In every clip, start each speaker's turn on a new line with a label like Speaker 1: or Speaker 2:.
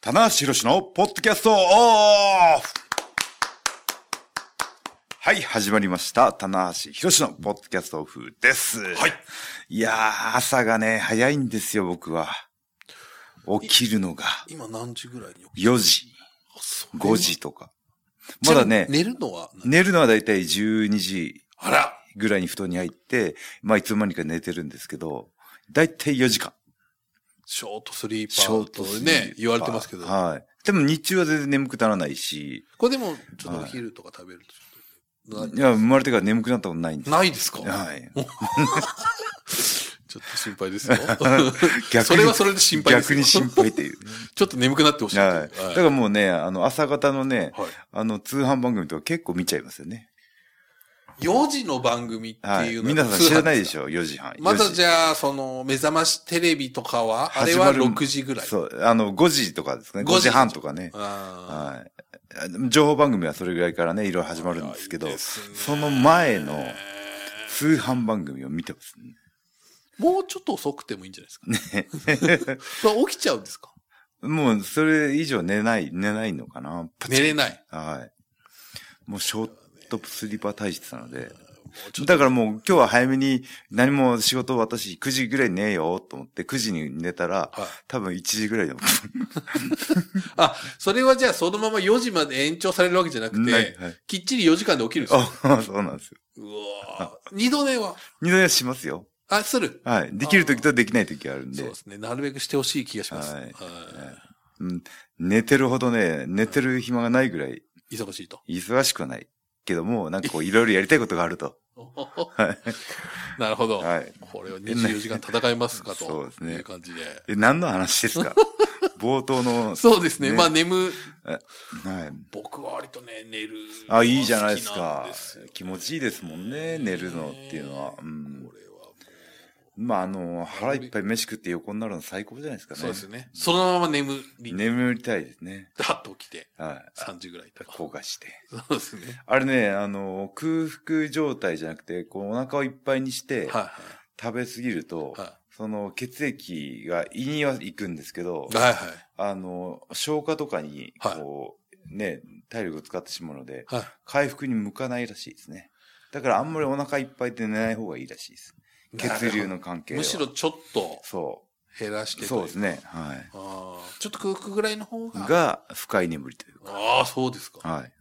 Speaker 1: 棚橋宏のポッドキャストオフはい、始まりました。棚橋宏のポッドキャストオフです。
Speaker 2: はい。
Speaker 1: いやー、朝がね、早いんですよ、僕は。起きるのが
Speaker 2: 今何時ぐらいに起き
Speaker 1: 4時、
Speaker 2: あそれは
Speaker 1: 5時とか。まだね
Speaker 2: ち、なみに寝るのは何
Speaker 1: 寝るのはだいたい12時
Speaker 2: あら
Speaker 1: ぐらいに布団に入って、まあいつの間にか寝てるんですけど、だいたい4時間。
Speaker 2: ショートスリー
Speaker 1: シ
Speaker 2: パ
Speaker 1: ョ
Speaker 2: ー
Speaker 1: ー
Speaker 2: と
Speaker 1: トスリーパー
Speaker 2: ね、言われてますけど。
Speaker 1: はい。でも日中は全然眠くならないし、
Speaker 2: これでも、ちょっとお昼とか食べるとちょっと、
Speaker 1: いや、生まれてから眠くなったことないんです。
Speaker 2: ないですか
Speaker 1: はい。
Speaker 2: ちょっと心配ですよ。
Speaker 1: 逆に
Speaker 2: それはそれで心配です
Speaker 1: 逆
Speaker 2: よ
Speaker 1: に心配っていう。
Speaker 2: ちょっと眠くなってほしい。
Speaker 1: はい。だか
Speaker 2: はい
Speaker 1: らもうね、あの、朝方のね、
Speaker 2: はい
Speaker 1: あの、通販番組とか結構見ちゃいますよね。
Speaker 2: 4時の番組って
Speaker 1: はいい。
Speaker 2: うのは
Speaker 1: 皆さん知らないでし
Speaker 2: ょ。
Speaker 1: ょ、4時半。
Speaker 2: まだじ
Speaker 1: ゃ
Speaker 2: ゃあ、その、目覚ましテレビとかは、あれは6時ぐらい。
Speaker 1: そう、あの、5時とかですかね。
Speaker 2: 5
Speaker 1: 5
Speaker 2: 時
Speaker 1: 時半とかね。
Speaker 2: あ
Speaker 1: はい。情報番組はそれぐらいからね、いろいろ始ま
Speaker 2: ー
Speaker 1: るんですけど、
Speaker 2: いいですね
Speaker 1: その前の通販番組を見てますね。
Speaker 2: もうちょっと遅くてもいいんじゃない ですか。ね、起きちゃうんですか
Speaker 1: もう、それ以上寝ない、寝ないのかな。
Speaker 2: 寝れない。
Speaker 1: はい。もう、ショートスリーパー体質なので。
Speaker 2: もうちょっと
Speaker 1: だからもう今日は早めに何も仕事私9時ぐらいに寝ようと思って9時に寝たら
Speaker 2: はい
Speaker 1: 多分1時ぐらいでも
Speaker 2: あ、それはじゃあそのまま4時まで延長されるわけじゃなくて、
Speaker 1: ないはい
Speaker 2: きっちり4時間で起きるんですよ。
Speaker 1: あ、そうなんですよ。
Speaker 2: うわー二度寝は
Speaker 1: 二度寝はしますよ。
Speaker 2: あ、する。
Speaker 1: はい。できる時とできない時があるん
Speaker 2: そう
Speaker 1: で
Speaker 2: で。すね。なるべくしてほしい気がします。
Speaker 1: はい
Speaker 2: は
Speaker 1: うん、寝てるほどね、寝てる暇がないぐらい
Speaker 2: い忙しいと。
Speaker 1: 忙しくはない。けども、なんかこういろいろやりたいことがあると。
Speaker 2: なるほど。
Speaker 1: はい
Speaker 2: これは24時間戦いますかと。
Speaker 1: そうですね
Speaker 2: いう感じで。
Speaker 1: え、何の話です か冒頭の、
Speaker 2: そうですね。
Speaker 1: ね
Speaker 2: まあ眠、
Speaker 1: はい。
Speaker 2: 僕は割とね、寝る。
Speaker 1: あ、いいじゃないです
Speaker 2: 好き
Speaker 1: か。
Speaker 2: なんですよ
Speaker 1: 気持ちいいですもんね、寝るのっていうのは。うん
Speaker 2: これはもう
Speaker 1: まあ、あの、腹いっぱい飯食って横になるの最高じゃないですかね。
Speaker 2: そうですね。そのまま眠り、
Speaker 1: 眠りたいですね。
Speaker 2: ダッと起きて、
Speaker 1: はい。
Speaker 2: 3時ぐらいとか。
Speaker 1: 後悔して。
Speaker 2: そうです ね。
Speaker 1: あれね、あの、空腹状態じゃなくて、こうお腹をいっぱいにして、
Speaker 2: は
Speaker 1: 食べ過ぎると、
Speaker 2: いはい。は
Speaker 1: その血液が胃には行くんですけど
Speaker 2: い、はいはい。
Speaker 1: あの、消化とかに、
Speaker 2: はい
Speaker 1: こう、ね、体力を使ってしまうので、
Speaker 2: はい。
Speaker 1: 回復に向かないらしいですね。だからあんまりお腹いっぱいで寝ない方がいいらしいです。血流の関係は。
Speaker 2: むしろちょっと
Speaker 1: そ
Speaker 2: 減らし
Speaker 1: う。
Speaker 2: て
Speaker 1: そうです
Speaker 2: ね。
Speaker 1: ね。はい。
Speaker 2: あーちょっと空腹ぐらいの方が。
Speaker 1: が深い眠りというか。
Speaker 2: ああ、そうですか。
Speaker 1: はい。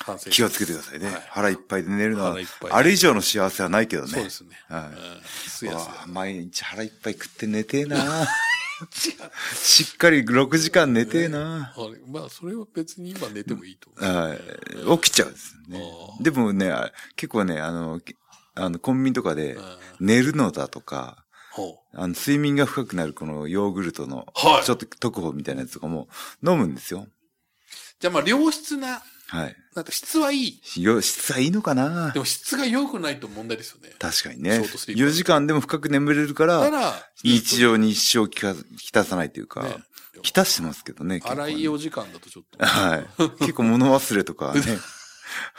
Speaker 2: 反省
Speaker 1: 気をつけてくださいね。
Speaker 2: はい
Speaker 1: 腹いっぱいで寝るのは
Speaker 2: 腹いっ、ぱい
Speaker 1: あれ以上の幸せはないけどね。
Speaker 2: そうですね。
Speaker 1: は
Speaker 2: う
Speaker 1: い。
Speaker 2: んすやす
Speaker 1: わあ毎日腹いっぱい食って寝てえな しっかり6時間寝てえな
Speaker 2: や。あれまあ、それは別に今寝てもいいと思う。
Speaker 1: はい。起きちゃうんですよね。でもね、あ結構ね、あの、きあのコンビニとかで
Speaker 2: うん
Speaker 1: 寝るのだとか、
Speaker 2: ほ
Speaker 1: あの睡眠が深くなるこのヨーグルトの、
Speaker 2: はい
Speaker 1: ちょっと特報みたいなやつとかも飲むんですよ。
Speaker 2: うじゃあまあ、良質な、
Speaker 1: はい。
Speaker 2: なんか質はいい。
Speaker 1: よ、質はいいのかな
Speaker 2: でも質が良くないと問題ですよね。
Speaker 1: 確かに
Speaker 2: シ
Speaker 1: ね。
Speaker 2: ョートスリーパー
Speaker 1: 4時間でも深く眠れるか、
Speaker 2: だからら、
Speaker 1: 日常に一生きか浸さないというか、
Speaker 2: ね
Speaker 1: 浸してますけどね、
Speaker 2: 荒いお時間だとちょっと、
Speaker 1: はい。結構物忘れと かね。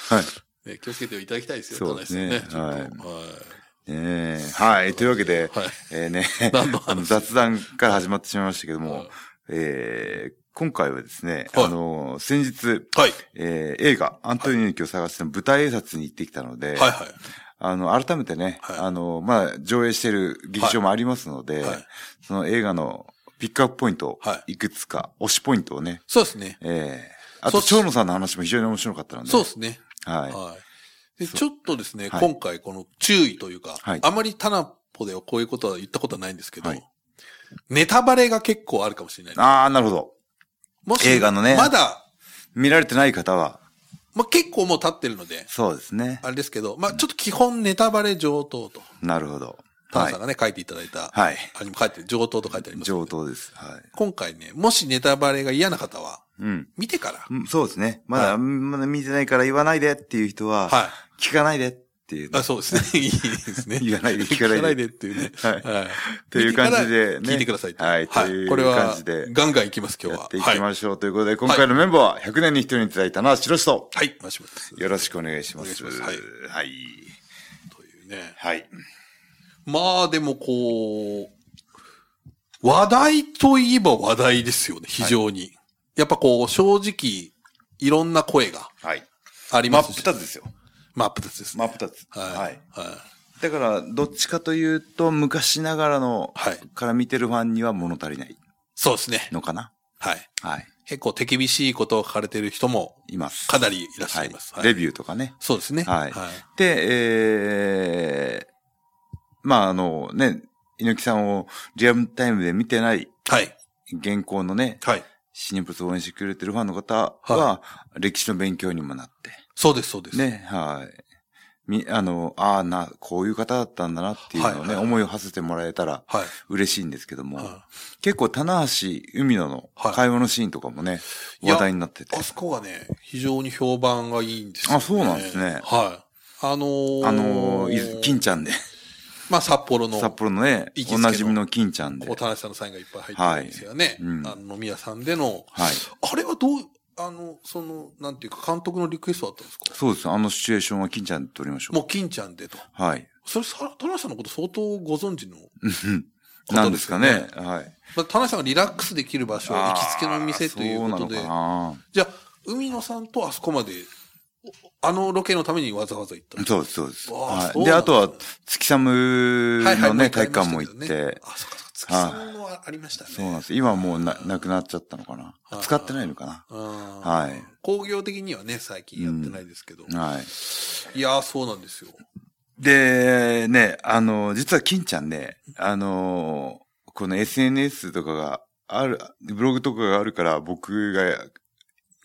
Speaker 1: はい。
Speaker 2: ね、気をつけていただきたいですよ、
Speaker 1: そうですね
Speaker 2: 田中さんねちょっと
Speaker 1: ねえはい。というわけで、
Speaker 2: はい。はい
Speaker 1: えーね、
Speaker 2: 何の話
Speaker 1: あの雑談から始まってしまいましたけど
Speaker 2: は
Speaker 1: も
Speaker 2: い、
Speaker 1: えー今回はですね、
Speaker 2: はい
Speaker 1: あの、先日、
Speaker 2: はい。
Speaker 1: えー映画、アントニオ猪木を探しての舞台挨拶に行ってきたので、
Speaker 2: はいはい。
Speaker 1: あの、改めてね、
Speaker 2: はい
Speaker 1: あの、まあ、上映してる劇場もありますので、
Speaker 2: はい
Speaker 1: その映画のピックアップポイント、、
Speaker 2: はい
Speaker 1: くつか、推しポイントをね、
Speaker 2: そうですね。
Speaker 1: えーあ
Speaker 2: そ
Speaker 1: と、
Speaker 2: う
Speaker 1: 蝶野さんの話も非常に面白かったので、
Speaker 2: そうですね。
Speaker 1: はい。
Speaker 2: はい。で、ちょっとですね、
Speaker 1: はい
Speaker 2: 今回この注意というか、
Speaker 1: はい
Speaker 2: あまりタナポではこういうことは言ったことはないんですけど、
Speaker 1: はい
Speaker 2: ネタバレが結構あるかもしれない。
Speaker 1: ああ、なるほど。
Speaker 2: もし
Speaker 1: 映画のね
Speaker 2: まだ、
Speaker 1: 見られてない方は、
Speaker 2: まあ、結構もう経ってるので、
Speaker 1: そうですね。
Speaker 2: あれですけど、まあ、ちょっと基本ネタバレ上等と、
Speaker 1: なるほど。
Speaker 2: タナ
Speaker 1: は
Speaker 2: さん
Speaker 1: い。
Speaker 2: がね、書いていただいた、
Speaker 1: はい。
Speaker 2: あれにも書いてる、上等と書いてあります。
Speaker 1: 上等です。は
Speaker 2: 今回ね、もしネタバレが嫌な方は、
Speaker 1: い。うん。
Speaker 2: 見てから、
Speaker 1: うんそうですね。まだ、
Speaker 2: はい
Speaker 1: まだ見てないから言わないでっていう人は、
Speaker 2: はい
Speaker 1: 聞かないでっていうね、
Speaker 2: あ、そう ですね。いいですね。
Speaker 1: 言わないで
Speaker 2: 聞
Speaker 1: 聞
Speaker 2: か
Speaker 1: か
Speaker 2: な
Speaker 1: ない
Speaker 2: で。
Speaker 1: いで
Speaker 2: っていうね。
Speaker 1: はい
Speaker 2: はい。
Speaker 1: という感じでね
Speaker 2: 見てから聞いてくださいと。
Speaker 1: はいという
Speaker 2: これは
Speaker 1: 感じで
Speaker 2: ガンガンいきます、今日は。
Speaker 1: やっていき
Speaker 2: はい。
Speaker 1: ましょうということで、今回のメンバーは100年に一人にいただいたのは白石と、
Speaker 2: はい。お願いします。
Speaker 1: よろしくお願いします。
Speaker 2: お願いします
Speaker 1: はい。
Speaker 2: というね。
Speaker 1: はい。
Speaker 2: まあ、でもこう、話題といえば話題ですよね、非常に。やっぱこう、正直、いろんな声が
Speaker 1: はい。
Speaker 2: あり
Speaker 1: 真
Speaker 2: ま
Speaker 1: っ
Speaker 2: すし。
Speaker 1: 二つですよ。
Speaker 2: マップですね。
Speaker 1: 真っ二つ。
Speaker 2: はい。
Speaker 1: はい。
Speaker 2: は
Speaker 1: だから、どっちかというと、昔ながらの、
Speaker 2: はい
Speaker 1: から見てるファンには物足りない
Speaker 2: そうですね。
Speaker 1: のかな。
Speaker 2: はい。
Speaker 1: はい。
Speaker 2: 結構手厳しいことを書かれてる人も
Speaker 1: います。
Speaker 2: かなりいらっしゃいます。
Speaker 1: は
Speaker 2: はいい。
Speaker 1: レビューとかね。
Speaker 2: そうですね。
Speaker 1: はいで、えー、まあ、あのね、猪木さんをリアルタイムで見てない
Speaker 2: はい。
Speaker 1: 現行のね、
Speaker 2: はい。
Speaker 1: 新日物を応援してくれてるファンの方は
Speaker 2: は、
Speaker 1: 歴史の勉強にもなって、
Speaker 2: そうです、そうです。
Speaker 1: ね、はい。み、あの、ああな、こういう方だったんだなっていうのをね、
Speaker 2: はいはい
Speaker 1: 思いを馳せてもらえたら
Speaker 2: はい。
Speaker 1: 嬉しいんですけども、
Speaker 2: は
Speaker 1: 結構、棚橋海野の
Speaker 2: はい
Speaker 1: 会話のシーンとかもね、
Speaker 2: いや
Speaker 1: 話題になってて
Speaker 2: い。あ、そこがね、非常に評判がいいんですよ、ね。
Speaker 1: あそうなんですね
Speaker 2: はい。あのー、
Speaker 1: あのー、いず金ちゃんで、
Speaker 2: まあ、札幌の、
Speaker 1: 札幌のね
Speaker 2: 行き、つけ
Speaker 1: お
Speaker 2: の
Speaker 1: なじみの金ちゃんで、
Speaker 2: お
Speaker 1: は
Speaker 2: 田中さんのサインがいっぱい入ってるんですよね。
Speaker 1: はいうん
Speaker 2: あの飲み屋さんでの、
Speaker 1: い。
Speaker 2: あれはどう、あの、その、なんていうか、監督のリクエストだったんですか
Speaker 1: そうです。あのシチュエーションは金ちゃんで撮りましょう。
Speaker 2: もう金ちゃんでと。
Speaker 1: はい。
Speaker 2: それ、さ田中さんのこと相当ご存知の。
Speaker 1: なんですかね。はい。
Speaker 2: まあ、田中さんがリラックスできる場所、行きつけの店ということで
Speaker 1: あーそうなのか。な
Speaker 2: じゃあ、海野さんとあそこまで、おあのロケのためにわざわざ行ったんです
Speaker 1: そう
Speaker 2: か
Speaker 1: です、そうです。
Speaker 2: わあ
Speaker 1: は
Speaker 2: そう
Speaker 1: い、で、
Speaker 2: なんだ
Speaker 1: あとは、月寒
Speaker 2: はい
Speaker 1: の
Speaker 2: はいもう
Speaker 1: ね、
Speaker 2: 一回
Speaker 1: 体
Speaker 2: あ
Speaker 1: 育
Speaker 2: りま
Speaker 1: 館
Speaker 2: した
Speaker 1: も行
Speaker 2: けど
Speaker 1: っ
Speaker 2: ね
Speaker 1: て、
Speaker 2: あ、そっかそっか。月さんのはありましたね。
Speaker 1: そうなんです。今はもうな、なくなっちゃったのかな。
Speaker 2: はい
Speaker 1: 使ってないのか
Speaker 2: は
Speaker 1: はい。
Speaker 2: 工業的にはね、最近やってないですけど。
Speaker 1: な。はい。
Speaker 2: いやー、そうなんですよ。
Speaker 1: で、ね、あの、実は金ちゃんね、あの、この SNS とかがある、ブログとかがあるから、僕が、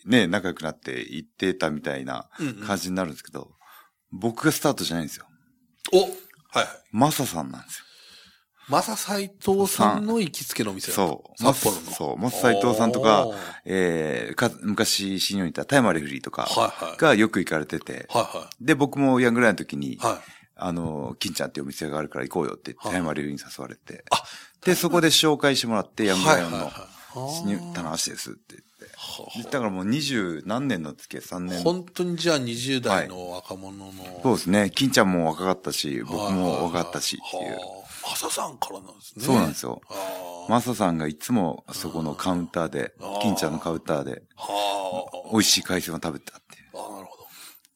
Speaker 1: ね、仲良くなって行ってたみたいな
Speaker 2: うんうん
Speaker 1: 感じになるんですけど、僕がスタートじゃないんですよ。
Speaker 2: おはいはい。
Speaker 1: マサさんなんですよ。
Speaker 2: マサ斎藤さんの行きつけのお店だった
Speaker 1: そう
Speaker 2: 札幌の。
Speaker 1: そうマサ斎藤さんとか
Speaker 2: あー
Speaker 1: えー、か昔、新日本にいたタイマーレフリーとか
Speaker 2: はいはい。
Speaker 1: がよく行かれてて、
Speaker 2: は
Speaker 1: で、僕もヤングライオンの時に、
Speaker 2: いはい。はい。
Speaker 1: あの、金ちゃんっていうお店があるから行こうよって言って、
Speaker 2: はい
Speaker 1: タイマーレフリーに誘われて、
Speaker 2: あ
Speaker 1: で、そこで紹介してもらって、ヤングライオン
Speaker 2: はい
Speaker 1: の、
Speaker 2: はいはい
Speaker 1: に棚橋ですって言っ
Speaker 2: あーは
Speaker 1: て。だからもう二十何年の付き合い、3
Speaker 2: あ
Speaker 1: 年。
Speaker 2: 本当にじゃあ20代の若者の。
Speaker 1: そうですね。金ちゃんも若かったし、
Speaker 2: はい
Speaker 1: 僕も若かったしっていう
Speaker 2: は。あマサさんからなんですね。
Speaker 1: そうなんですよ。
Speaker 2: あー。
Speaker 1: マサさんがいつもそこのカウンターで
Speaker 2: あ、ー
Speaker 1: 金ちゃんのカウンターで、
Speaker 2: はあ。
Speaker 1: 美味しい海鮮を食べたっていう。
Speaker 2: ああ、なるほど。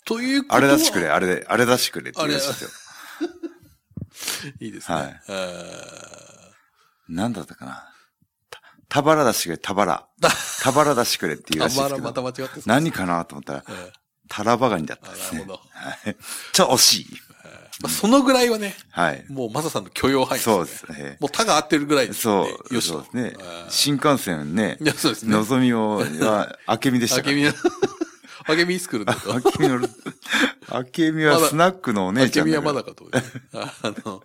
Speaker 2: というこ
Speaker 1: あ
Speaker 2: とは
Speaker 1: れ出してくれ、あれで、あれ出してくれって言うらしいですよ。
Speaker 2: いいですね。
Speaker 1: はい
Speaker 2: え
Speaker 1: なんだったかな。た、たばら出してくれ、たば ら。たばら出してくれって言う
Speaker 2: ー、
Speaker 1: ら
Speaker 2: あん
Speaker 1: しいで
Speaker 2: ますら
Speaker 1: け
Speaker 2: また
Speaker 1: ど。
Speaker 2: 間違ってます
Speaker 1: 何かなと思ったら
Speaker 2: え、ー
Speaker 1: タラバガニだったん
Speaker 2: あ
Speaker 1: で
Speaker 2: な
Speaker 1: す
Speaker 2: る
Speaker 1: ね。
Speaker 2: ほど。
Speaker 1: はい。ちょ、惜しい。
Speaker 2: まあ、そのぐらいはね、
Speaker 1: はい。
Speaker 2: もうマサさんの許容範囲
Speaker 1: そうですね。
Speaker 2: もう他が合ってるぐらいですね
Speaker 1: そ。う、
Speaker 2: よし
Speaker 1: そう
Speaker 2: と。
Speaker 1: ですね
Speaker 2: え。ー
Speaker 1: 新幹線ね
Speaker 2: い、や、そうですね。
Speaker 1: のぞみを、は、 あけみでした
Speaker 2: あ
Speaker 1: か
Speaker 2: け
Speaker 1: ら。
Speaker 2: みの、あけみスクールだと。
Speaker 1: あけみの、あけみはスナックのお姉
Speaker 2: あ
Speaker 1: ち
Speaker 2: け
Speaker 1: ゃん
Speaker 2: み
Speaker 1: だ
Speaker 2: は
Speaker 1: けど。
Speaker 2: まだかと。あの、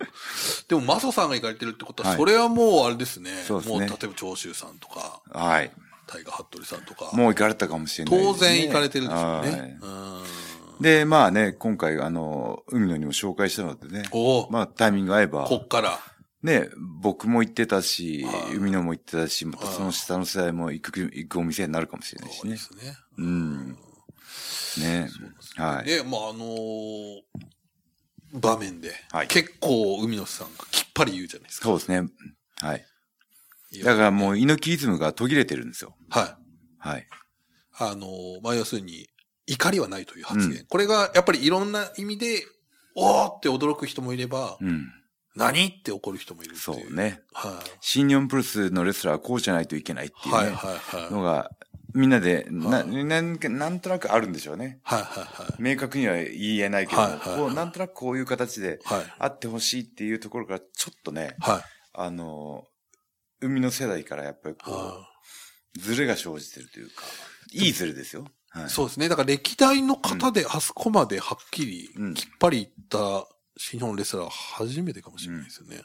Speaker 2: でもマサさんが行かれてるってことは、
Speaker 1: はい
Speaker 2: それはもうあれですね。
Speaker 1: そうです
Speaker 2: も
Speaker 1: ね
Speaker 2: う例えば長州さんとか、
Speaker 1: はい。
Speaker 2: タイガー・服部さんとか、
Speaker 1: もう行かれたかもしれないですね。
Speaker 2: 当然行かれてるでしょう
Speaker 1: はい
Speaker 2: ね。うん。
Speaker 1: で、まあね、今回、あの、海野にも紹介したのでね。
Speaker 2: おお、
Speaker 1: まあ、タイミング合えば。
Speaker 2: こっから。
Speaker 1: ね、僕も行ってたし
Speaker 2: は、い
Speaker 1: 海野も行ってたし、またその下の世代も行く、行くお店になるかもしれないし
Speaker 2: そうで
Speaker 1: ね。
Speaker 2: すね。
Speaker 1: うん。ね。はい。
Speaker 2: で、まあ、あのー場面で、
Speaker 1: はい
Speaker 2: 結構、海野さんがきっぱり言うじゃないですか。
Speaker 1: そうですね。はい。
Speaker 2: いや
Speaker 1: だからもう猪木イズムが途切れてるんですよ。
Speaker 2: はい。
Speaker 1: はい。
Speaker 2: あのーまあ、要するに、怒りはないという発言。
Speaker 1: う
Speaker 2: これが、やっぱりいろんな意味で、おーって驚く人もいれば、
Speaker 1: うん。
Speaker 2: 何って怒る人もいるっていう。
Speaker 1: そう。ね。
Speaker 2: は
Speaker 1: 新日本プロレスのレスラーはこうじゃないといけないって
Speaker 2: い。
Speaker 1: いう
Speaker 2: はいはい
Speaker 1: ね
Speaker 2: はい。
Speaker 1: のが、みんなで、
Speaker 2: は
Speaker 1: な、
Speaker 2: い
Speaker 1: なんかなんとなくあるんでしょうね。
Speaker 2: はいはい
Speaker 1: 明確には言えないけど
Speaker 2: はいは
Speaker 1: も、
Speaker 2: いはい
Speaker 1: こうなんとなくこういう形で
Speaker 2: はい。はい。
Speaker 1: あってほしいっていうところから、ちょっとね、
Speaker 2: はい。
Speaker 1: あの、海の世代からやっぱりこ
Speaker 2: あ
Speaker 1: う、ズレが生じてるというか、いいズレですよ。は
Speaker 2: ー
Speaker 1: い。
Speaker 2: そうですね。だから歴代の方であそこまではっきり、
Speaker 1: うん
Speaker 2: きっぱり言った新日本レスラーは初めてかもしれないですよね。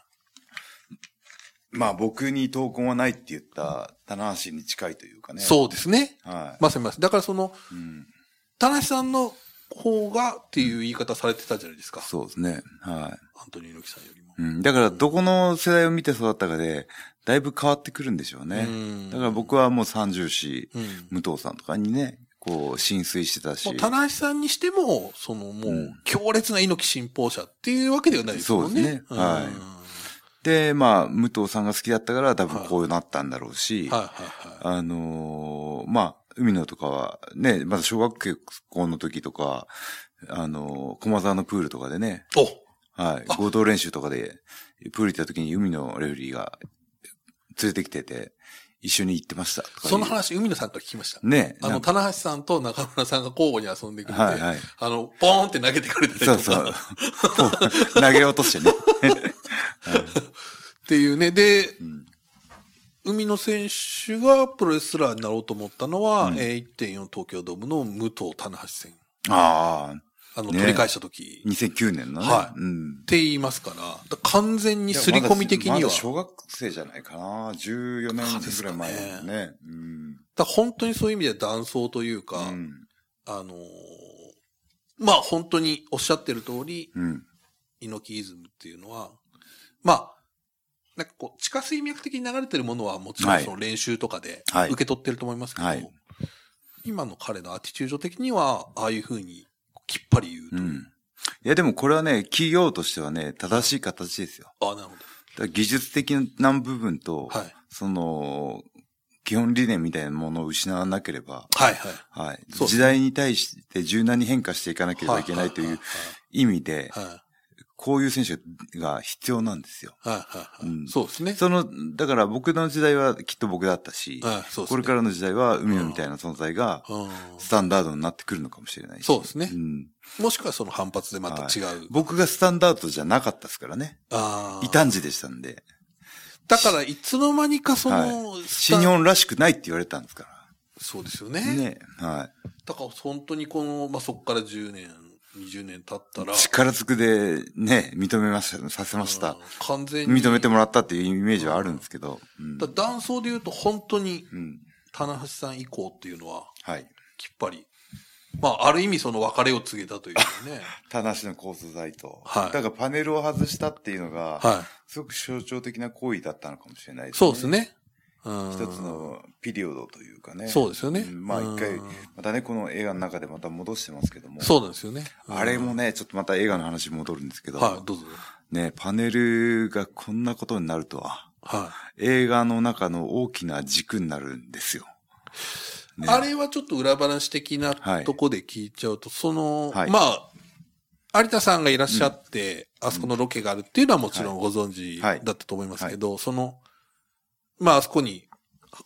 Speaker 1: まあ僕に闘魂はないって言った棚橋に近いというかね。
Speaker 2: そうですね。
Speaker 1: う。はい。
Speaker 2: まさにまさに。だからその、
Speaker 1: うん、
Speaker 2: 田無さんの方がっていう言い方されてたじゃないですか。
Speaker 1: そうですね。は
Speaker 2: アントニー猪木さんよりも。
Speaker 1: い。うん、だからどこの世代を見て育ったかで、だいぶ変わってくるんでしょうね。
Speaker 2: うん
Speaker 1: だから僕はもう30し、
Speaker 2: うん。
Speaker 1: 武藤さんとかにね、こう浸水してたし。
Speaker 2: もう田無さんにしても、そのもう、強烈な猪木信奉者っていうわけではないですもん
Speaker 1: そ
Speaker 2: ね。
Speaker 1: うですねはい
Speaker 2: うん
Speaker 1: で、まあ、武藤さんが好きだったから多分こうなったんだろうし、
Speaker 2: はいはいはい。
Speaker 1: あのーまあ、海野とかはね、まだ小学校の時とか、あのー駒沢のプールとかでね、
Speaker 2: お
Speaker 1: はい、合同練習とかで、プール行った時に海野レフェリーが連れてきてて、一緒に行ってましたとかいう
Speaker 2: その話、海野さんから聞きました。
Speaker 1: ね、
Speaker 2: あ
Speaker 1: な
Speaker 2: の、
Speaker 1: んか
Speaker 2: 棚橋さんと中村さんが交互に遊んでくれて、
Speaker 1: はいはい。
Speaker 2: あの、ポーンって投げてくれたりと
Speaker 1: そ
Speaker 2: か
Speaker 1: うそう。 こう投げ落としてね。
Speaker 2: っていうね。で、
Speaker 1: ん
Speaker 2: 海野選手がプロレスラーになろうと思ったのは、
Speaker 1: うん
Speaker 2: えー1.4東京ドームの武藤棚橋戦。
Speaker 1: ああ、
Speaker 2: あの、
Speaker 1: ね
Speaker 2: 取り返した時っ
Speaker 1: 2009年のね。
Speaker 2: は
Speaker 1: うん。
Speaker 2: て言いますから、だ完全に刷り込み的には、
Speaker 1: まだ
Speaker 2: だ
Speaker 1: 小学生じゃないかな。14年ぐらい前だよね。うん。
Speaker 2: 本当にそういう意味では断層というか、
Speaker 1: うん
Speaker 2: あのーまあ本当におっしゃってる通り、
Speaker 1: うん。
Speaker 2: 猪木イズムっていうのは、まあ、なんかこう、地下水脈的に流れてるものはもちろ
Speaker 1: は
Speaker 2: ん
Speaker 1: い
Speaker 2: その練習とかで
Speaker 1: はい
Speaker 2: 受け取ってると思いますけど、
Speaker 1: はい
Speaker 2: 今の彼のアティチュード的には、ああいうふうにきっぱり言うと
Speaker 1: う
Speaker 2: いう。
Speaker 1: ん。いやでもこれはね、企業としてはね、正しい形ですよ。
Speaker 2: ああ、なるほ
Speaker 1: だから技術的な部分と、
Speaker 2: ど。はい。
Speaker 1: その、基本理念みたいなものを失わなければ、
Speaker 2: はいはい。
Speaker 1: はい。
Speaker 2: そうですね
Speaker 1: 時代に対して柔軟に変化していかなければいけないという意味で、
Speaker 2: はい。はいはい
Speaker 1: こういう選手が必要なんですよ。
Speaker 2: はいはいはい
Speaker 1: うん
Speaker 2: そうですね。
Speaker 1: その、だから僕の時代はきっと僕だったし、
Speaker 2: はいそうですね
Speaker 1: これからの時代は海野みたいな存在が
Speaker 2: うん
Speaker 1: スタンダードになってくるのかもしれないし
Speaker 2: そうですね
Speaker 1: ん
Speaker 2: もしくはその反発でまた違う。
Speaker 1: 僕がスタンダードじゃなかったですからね。
Speaker 2: ああ
Speaker 1: 異端児でしたんで、
Speaker 2: だから、いつの間にかその、ス
Speaker 1: 新
Speaker 2: タ
Speaker 1: 日本らしくないって言われたんですか
Speaker 2: そうですよ
Speaker 1: ら。ね。は
Speaker 2: だから本当にこの、まあ、そこから10年、20年経ったら。
Speaker 1: い。力ずくでね、認めました、させました
Speaker 2: うん。完全に。
Speaker 1: 認めてもらったっていうイメージはあるんですけど。うん
Speaker 2: だ。断層で言うと本当に、
Speaker 1: うん
Speaker 2: 棚橋さん以降っていうのは、
Speaker 1: はい。
Speaker 2: きっぱり、まあ、ある意味その別れを告げたというか ね。
Speaker 1: 田無の構想材と。
Speaker 2: はい
Speaker 1: だからパネルを外したっていうのが、
Speaker 2: は
Speaker 1: すごく象徴的な行為だったのかもしれない
Speaker 2: い。そうです。ね。うん。
Speaker 1: 一つ。のピリオドというかね。
Speaker 2: そうですよね。
Speaker 1: んまあ一回
Speaker 2: うん、
Speaker 1: またね、この映画の中でまた戻してますけども。
Speaker 2: そうなんですよね。うん
Speaker 1: あれも。ね、ちょっとまた映画の話に戻るんですけど、
Speaker 2: はい、どうぞ。
Speaker 1: ね、パネルがこんなことになるとは、
Speaker 2: は
Speaker 1: 映画の中の大きな軸になるんですよ。
Speaker 2: い。あれはちょっと裏話的な
Speaker 1: はい
Speaker 2: とこで聞いちゃうと、その、
Speaker 1: はい
Speaker 2: まあ、有田さんがいらっしゃって、あそこのロケがあるっていうのはもちろんご存知
Speaker 1: はい
Speaker 2: だったと思いますけど、その、まああそこに、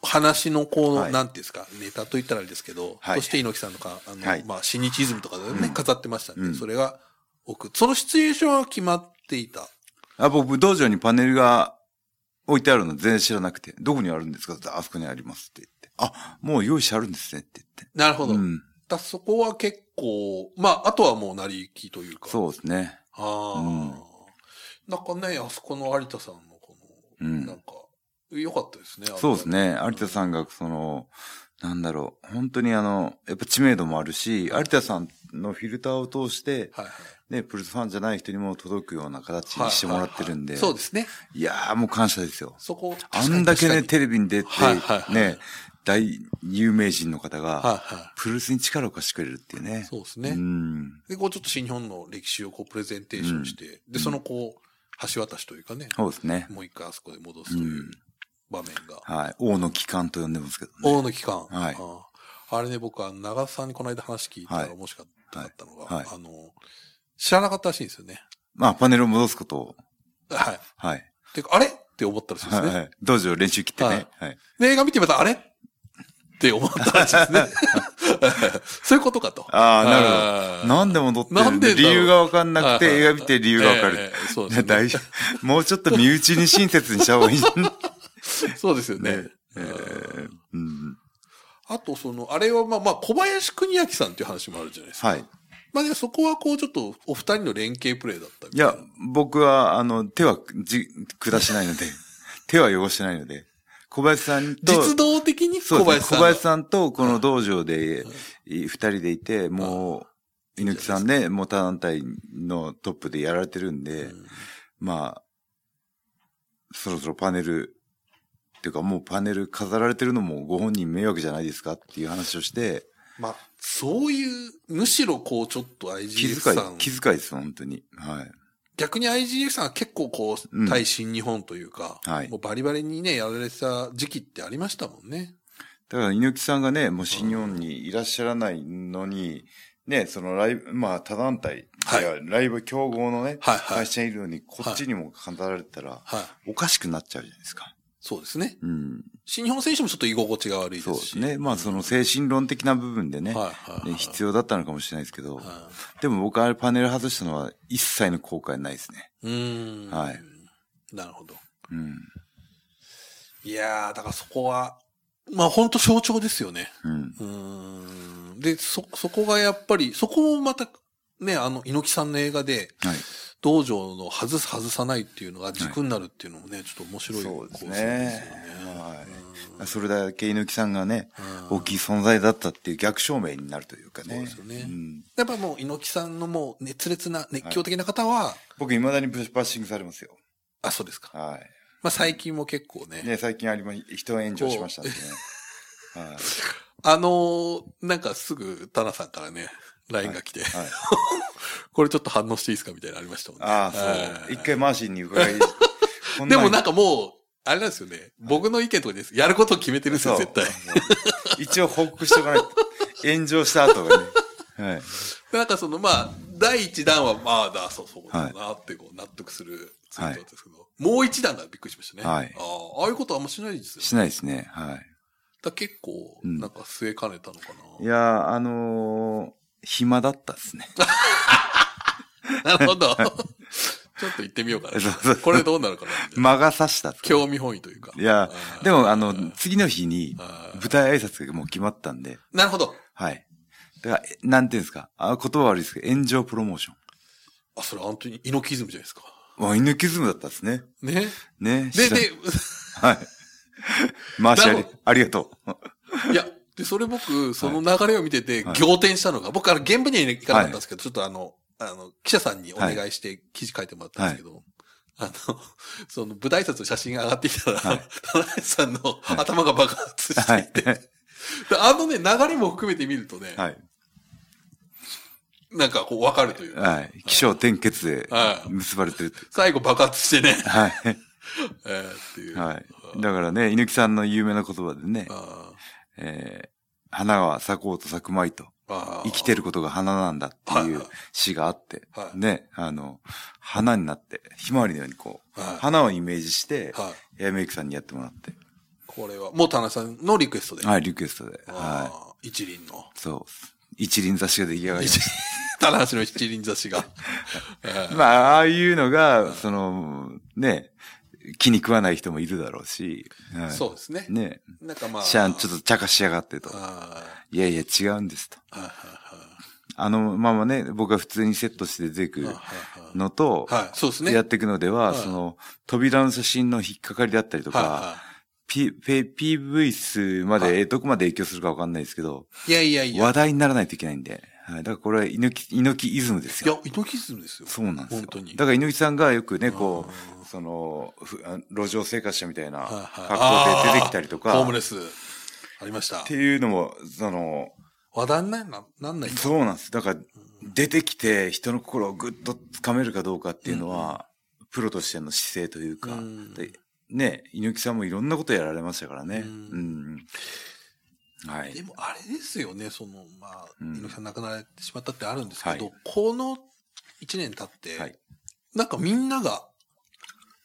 Speaker 2: 話のこう、
Speaker 1: はい
Speaker 2: なんていうんですか、ネタと言ったらあれですけど、
Speaker 1: はい
Speaker 2: そして猪木さんとか、あの、
Speaker 1: はい
Speaker 2: まあ、新日イズムとかでね、
Speaker 1: うん
Speaker 2: 飾ってましたんで、
Speaker 1: うん
Speaker 2: それが奥。そのシチュエーションは決まっていた。
Speaker 1: あ、僕、道場にパネルが置いてあるの全然知らなくて、どこにあるんですかって言ったらあそこにありますって言って、あ、もう用意してあるんですねって
Speaker 2: なるほ
Speaker 1: 言っ
Speaker 2: ど。
Speaker 1: て。う
Speaker 2: だ
Speaker 1: ん。
Speaker 2: からそこは結構、まあ、あとはもう成り行きというか。
Speaker 1: そうですね。
Speaker 2: ああ、
Speaker 1: うん
Speaker 2: なんかね、あそこの有田さんのこの、
Speaker 1: うん
Speaker 2: なんか、良かったですね。
Speaker 1: そうですね。有田
Speaker 2: ん。
Speaker 1: さんが、その、なんだろう、本当にあの、やっぱ知名度もあるし、有田さんのフィルターを通して、
Speaker 2: はいはい。
Speaker 1: ね、プルスファンじゃない人にも届くような形にしてもらってるんで、
Speaker 2: そうですね。
Speaker 1: いやーもう感謝ですよ。
Speaker 2: そこ、
Speaker 1: あんだけね、
Speaker 2: 確かに
Speaker 1: テレビに出て、
Speaker 2: はいはいはい
Speaker 1: ね、大有名人の方が、
Speaker 2: はいは
Speaker 1: プルスに力を貸してくれるっていうね。
Speaker 2: い。そうです
Speaker 1: う
Speaker 2: ね。
Speaker 1: ん。
Speaker 2: で、こう、ちょっと新日本の歴史をこう、プレゼンテーションして、で、そのこう、橋渡しというかね、
Speaker 1: そうですね。
Speaker 2: もう一回あそこで戻すという
Speaker 1: うん
Speaker 2: 場面が、
Speaker 1: はい。王の機関と呼んでますけどね。
Speaker 2: 大の期間。
Speaker 1: はい
Speaker 2: あああれね、僕は長田さんにこの間話聞いたら面白かったかったのが、
Speaker 1: はいは
Speaker 2: あの、知らなかったらしいんですよね。
Speaker 1: まあ、パネルを戻すことを。
Speaker 2: はい。
Speaker 1: はい。
Speaker 2: てか、あれって思ったらしいです
Speaker 1: は
Speaker 2: ね。
Speaker 1: いはい。道場練習切ってね。はい。
Speaker 2: で、映画見てまた、あれって思ったらしいで すね。そういうことかと。
Speaker 1: ああ、なるほど。
Speaker 2: る
Speaker 1: なんで戻ってる
Speaker 2: なんでだろう
Speaker 1: 理由がわかんなく
Speaker 2: はい
Speaker 1: て、
Speaker 2: はい
Speaker 1: 映画見て理由がわかる。
Speaker 2: そう
Speaker 1: い
Speaker 2: で
Speaker 1: や
Speaker 2: すね。
Speaker 1: 大丈夫もうちょっと身内に親切にした方がいい。
Speaker 2: そうですよね。
Speaker 1: ねえーうん
Speaker 2: あと、その、あれは、まあまあ、小林邦明さんっていう話もあるじゃないですか。
Speaker 1: はい。
Speaker 2: まあね、そこはこう、ちょっと、お二人の連携プレーだったみ
Speaker 1: い
Speaker 2: たな
Speaker 1: や、僕は、あの、手はじ、下しないので、手は汚してないので、小林さんと、
Speaker 2: 実動的に
Speaker 1: そう
Speaker 2: 小
Speaker 1: ですね小
Speaker 2: 林さんが。
Speaker 1: 林さんとこの道場で、い二人でいて、もう、
Speaker 2: いいんじゃない
Speaker 1: 猪木さんね、モーター団体のトップでやられてるんで、
Speaker 2: うん
Speaker 1: まあ、そろそろパネル、っていうかもうパネル飾られてるのもご本人迷惑じゃないですかっていう話をして、
Speaker 2: まあ、そういう、むしろこう、ちょっと
Speaker 1: 気
Speaker 2: IGF
Speaker 1: 遣い
Speaker 2: さん、
Speaker 1: 気遣いです、本当に。はい。
Speaker 2: 逆に IGF さんが結構こ
Speaker 1: うん
Speaker 2: う、対新日本というか、
Speaker 1: はい
Speaker 2: もうバリバリにね、やられてた時期ってありましたもんね。
Speaker 1: だから猪木さんがね、もう新日本にいらっしゃらないのに、ね、そのライブ、まあ他団体、
Speaker 2: はい
Speaker 1: やライブ競合のね、
Speaker 2: はいはい
Speaker 1: 会社いるのに、こっちにも語られたら、
Speaker 2: はい。
Speaker 1: おかしくなっちゃうじゃないですか。
Speaker 2: そうですね。
Speaker 1: うん。
Speaker 2: 新日本選手もちょっと居心地が悪いですし。
Speaker 1: そうですね。まあその精神論的な部分でね、
Speaker 2: はいはいはい
Speaker 1: ね必要だったのかもしれないですけど、
Speaker 2: は
Speaker 1: でも僕はあれパネル外したのは一切の後悔ないですね。
Speaker 2: い。うーん。
Speaker 1: はい。
Speaker 2: なるほど。
Speaker 1: うん。
Speaker 2: いやー、だからそこは、まあ本当象徴ですよね。
Speaker 1: うん。
Speaker 2: うーん。で、そ、そこがやっぱり、そこもまた、ね、あの、猪木さんの映画で、
Speaker 1: はい。
Speaker 2: 道場の外す、外さないっていうのが軸になるっていうのもね、ちょっと面白い
Speaker 1: そうです
Speaker 2: 構成
Speaker 1: ね。はい。それだけ猪木さんがね、
Speaker 2: うん
Speaker 1: 大きい存在だったっていう逆証明になるというかね。
Speaker 2: そうですよね
Speaker 1: ん
Speaker 2: やっぱもう猪木さんのもう熱烈な熱狂的な方は、
Speaker 1: 僕、未だにブッバッシングされますよ。
Speaker 2: あ、そうですか。
Speaker 1: は
Speaker 2: まあ最近も結構ね。
Speaker 1: い。ね、最近ありま、人炎上しま したんでね。はい。
Speaker 2: あのーなんかすぐタナさんからね、LINE が来て、
Speaker 1: はい。
Speaker 2: これちょっと反応していいですかみたいなのありましたもんね。
Speaker 1: ああ、そう。一回マーシーに伺 い、こ
Speaker 2: でもなんんかもう、あれなんですよね。僕の意見とかです。やることを決めてるんです
Speaker 1: そう
Speaker 2: よ、 絶対。
Speaker 1: そう 一応報告しとかないと。炎上した後がね。はい。
Speaker 2: でなんかその、まあ、第一弾は、まあだ、そうそうだなってこう納得するツイートだったんですけど、もう一弾がびっくりしましたね。
Speaker 1: はい
Speaker 2: ああああいうことあんましないですよね。
Speaker 1: しないですね。はい。
Speaker 2: だから結構、
Speaker 1: うん
Speaker 2: なんか据えかねたのか
Speaker 1: いやー、あのー、暇だったっすね。
Speaker 2: な。なるほど。ちょっと行ってみようか な
Speaker 1: そうそう。
Speaker 2: これどうなるかなみたいな。
Speaker 1: 間が差したっす
Speaker 2: 興味本位というか。
Speaker 1: いや
Speaker 2: あ、ー
Speaker 1: でもあの、次の日に
Speaker 2: あー
Speaker 1: 舞台挨拶がもう決まったんで、
Speaker 2: なるほど。
Speaker 1: はい。だから、えなんていうんですか、あ言葉悪いですけど、炎上プロモーション。
Speaker 2: あ、それ本当にイノキズムじゃないですか。
Speaker 1: まあ、犬キズムだったですね。
Speaker 2: ね。
Speaker 1: ね。
Speaker 2: で、
Speaker 1: 知ら
Speaker 2: で、
Speaker 1: はい。マーシャ
Speaker 2: な
Speaker 1: ル
Speaker 2: るほ、
Speaker 1: ありがと う。
Speaker 2: いや、で、それ僕、その流れを見てて、
Speaker 1: はい
Speaker 2: 仰天したのが、僕、あの、現場には行かなかったんですけど、ちょっとあの、あの、記者さんにお願いして記事書いてもらったんですけど、あの、その、舞台挨拶の写真が上がってきたら、
Speaker 1: はい
Speaker 2: 田中さんの頭が爆発して
Speaker 1: はいい
Speaker 2: て、。であのね、流れも含めて見るとね、
Speaker 1: はい。
Speaker 2: なんかこう、わかるというか、
Speaker 1: はい。気象転結で
Speaker 2: はい
Speaker 1: 結ばれてるって。
Speaker 2: 最後爆発してね、
Speaker 1: はい。
Speaker 2: えーっていう。
Speaker 1: はい。だからね、猪木さんの有名な言葉でね、
Speaker 2: あ
Speaker 1: えー花は咲こうと咲くまいと。
Speaker 2: ーあ
Speaker 1: 生きて
Speaker 2: る。
Speaker 1: ることが花なんだっていう詩があって、
Speaker 2: はい
Speaker 1: ね、あの、花になって、ひまわりのようにこう、
Speaker 2: はい
Speaker 1: 花をイメージして、
Speaker 2: はい。
Speaker 1: エアメイクさんにやってもらって、
Speaker 2: これは、もう田中さんのリクエストで。
Speaker 1: はい、リクエストで、は
Speaker 2: あー一輪の。
Speaker 1: い、そう。一輪差しが出来上がりまし
Speaker 2: 棚橋の七輪 差しが。
Speaker 1: た。まあ、ああいうのが、その、ね、気に食わない人もいるだろうし、はい、
Speaker 2: そうですね。
Speaker 1: ね、
Speaker 2: なんかまあ。
Speaker 1: シャンちょっと茶化しやがってと。
Speaker 2: あ
Speaker 1: いやいや、違うんですと。
Speaker 2: ーはいはい
Speaker 1: あのままね、僕が普通にセットして出てくる
Speaker 2: はいはいはい
Speaker 1: のと、
Speaker 2: はい、そうですね。
Speaker 1: やっていくのでは、
Speaker 2: はい
Speaker 1: その、扉の写真の引っかかりだったりとか、
Speaker 2: はいは
Speaker 1: P、ペ PV 数まで、
Speaker 2: はい
Speaker 1: えどこまで影響するかわかんないですけど、
Speaker 2: い。いやいやいや。
Speaker 1: 話題にならないといけないんで、はい、だからこれは猪木、猪木イズムです
Speaker 2: い
Speaker 1: よ。
Speaker 2: や、猪木ズムですよ。
Speaker 1: そうなんですよ。
Speaker 2: 本当に。
Speaker 1: だから猪木さんがよくね、こ
Speaker 2: あ
Speaker 1: う、その、ふあ路上生活者みたいな
Speaker 2: はい
Speaker 1: 格
Speaker 2: はい
Speaker 1: 好で出てきたりと
Speaker 2: あー
Speaker 1: か、
Speaker 2: ホーム
Speaker 1: っ
Speaker 2: レス。ありました
Speaker 1: て。いうのも、その、
Speaker 2: 話題になんない、なんない。
Speaker 1: そうなんです。だから、出てきて人の心をぐっとつかめるかどうかっていうのは、プロとしての姿勢というか、
Speaker 2: うん
Speaker 1: でね、猪木さんもいろんなことやられましたからね。
Speaker 2: う
Speaker 1: うんん。はい
Speaker 2: で。もあれですよね、その、まあ、
Speaker 1: うん
Speaker 2: 猪木さん亡くなられてしまったってあるんですけど、
Speaker 1: は
Speaker 2: この1年経って、
Speaker 1: はい
Speaker 2: なんかみんなが、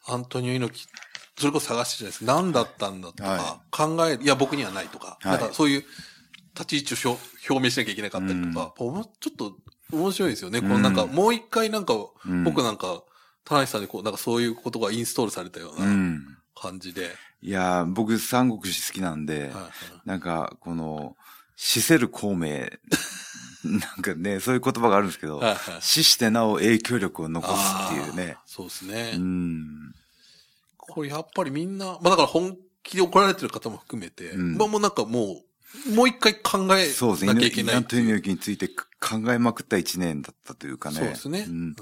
Speaker 2: アントニオ猪木、それこそ探してじゃないですか。何だったんだとか
Speaker 1: は、
Speaker 2: 考える、い、や、僕にはないとか、
Speaker 1: はい
Speaker 2: なんかそういう立ち位置を表表明しなきゃいけなかったりとか、おもちょっと面白いですよね。このなんか、
Speaker 1: うん
Speaker 2: もう一回なんか、
Speaker 1: うん
Speaker 2: 僕なんか、田中さんにこう、なんかそういうことがインストールされたよう
Speaker 1: う。
Speaker 2: なん感じで、
Speaker 1: いやー、僕、三国志好きなんで、
Speaker 2: はいはい
Speaker 1: なんか、この、死せる孔明、 なんかね、そういう言葉があるんですけど、
Speaker 2: はいはい
Speaker 1: 死してなお影響力を残すっていうね
Speaker 2: あー。そうですね。
Speaker 1: うん。
Speaker 2: これやっぱりみんな、まあだから本気で怒られてる方も含めて、
Speaker 1: うん
Speaker 2: まあもうなんかもう、もう一回考え
Speaker 1: そうですね。
Speaker 2: なきゃいけない
Speaker 1: ア
Speaker 2: っ
Speaker 1: ン
Speaker 2: て
Speaker 1: トニオ
Speaker 2: いう。
Speaker 1: 猪木について考えまくった一年だったというかね。
Speaker 2: そうですね。
Speaker 1: ん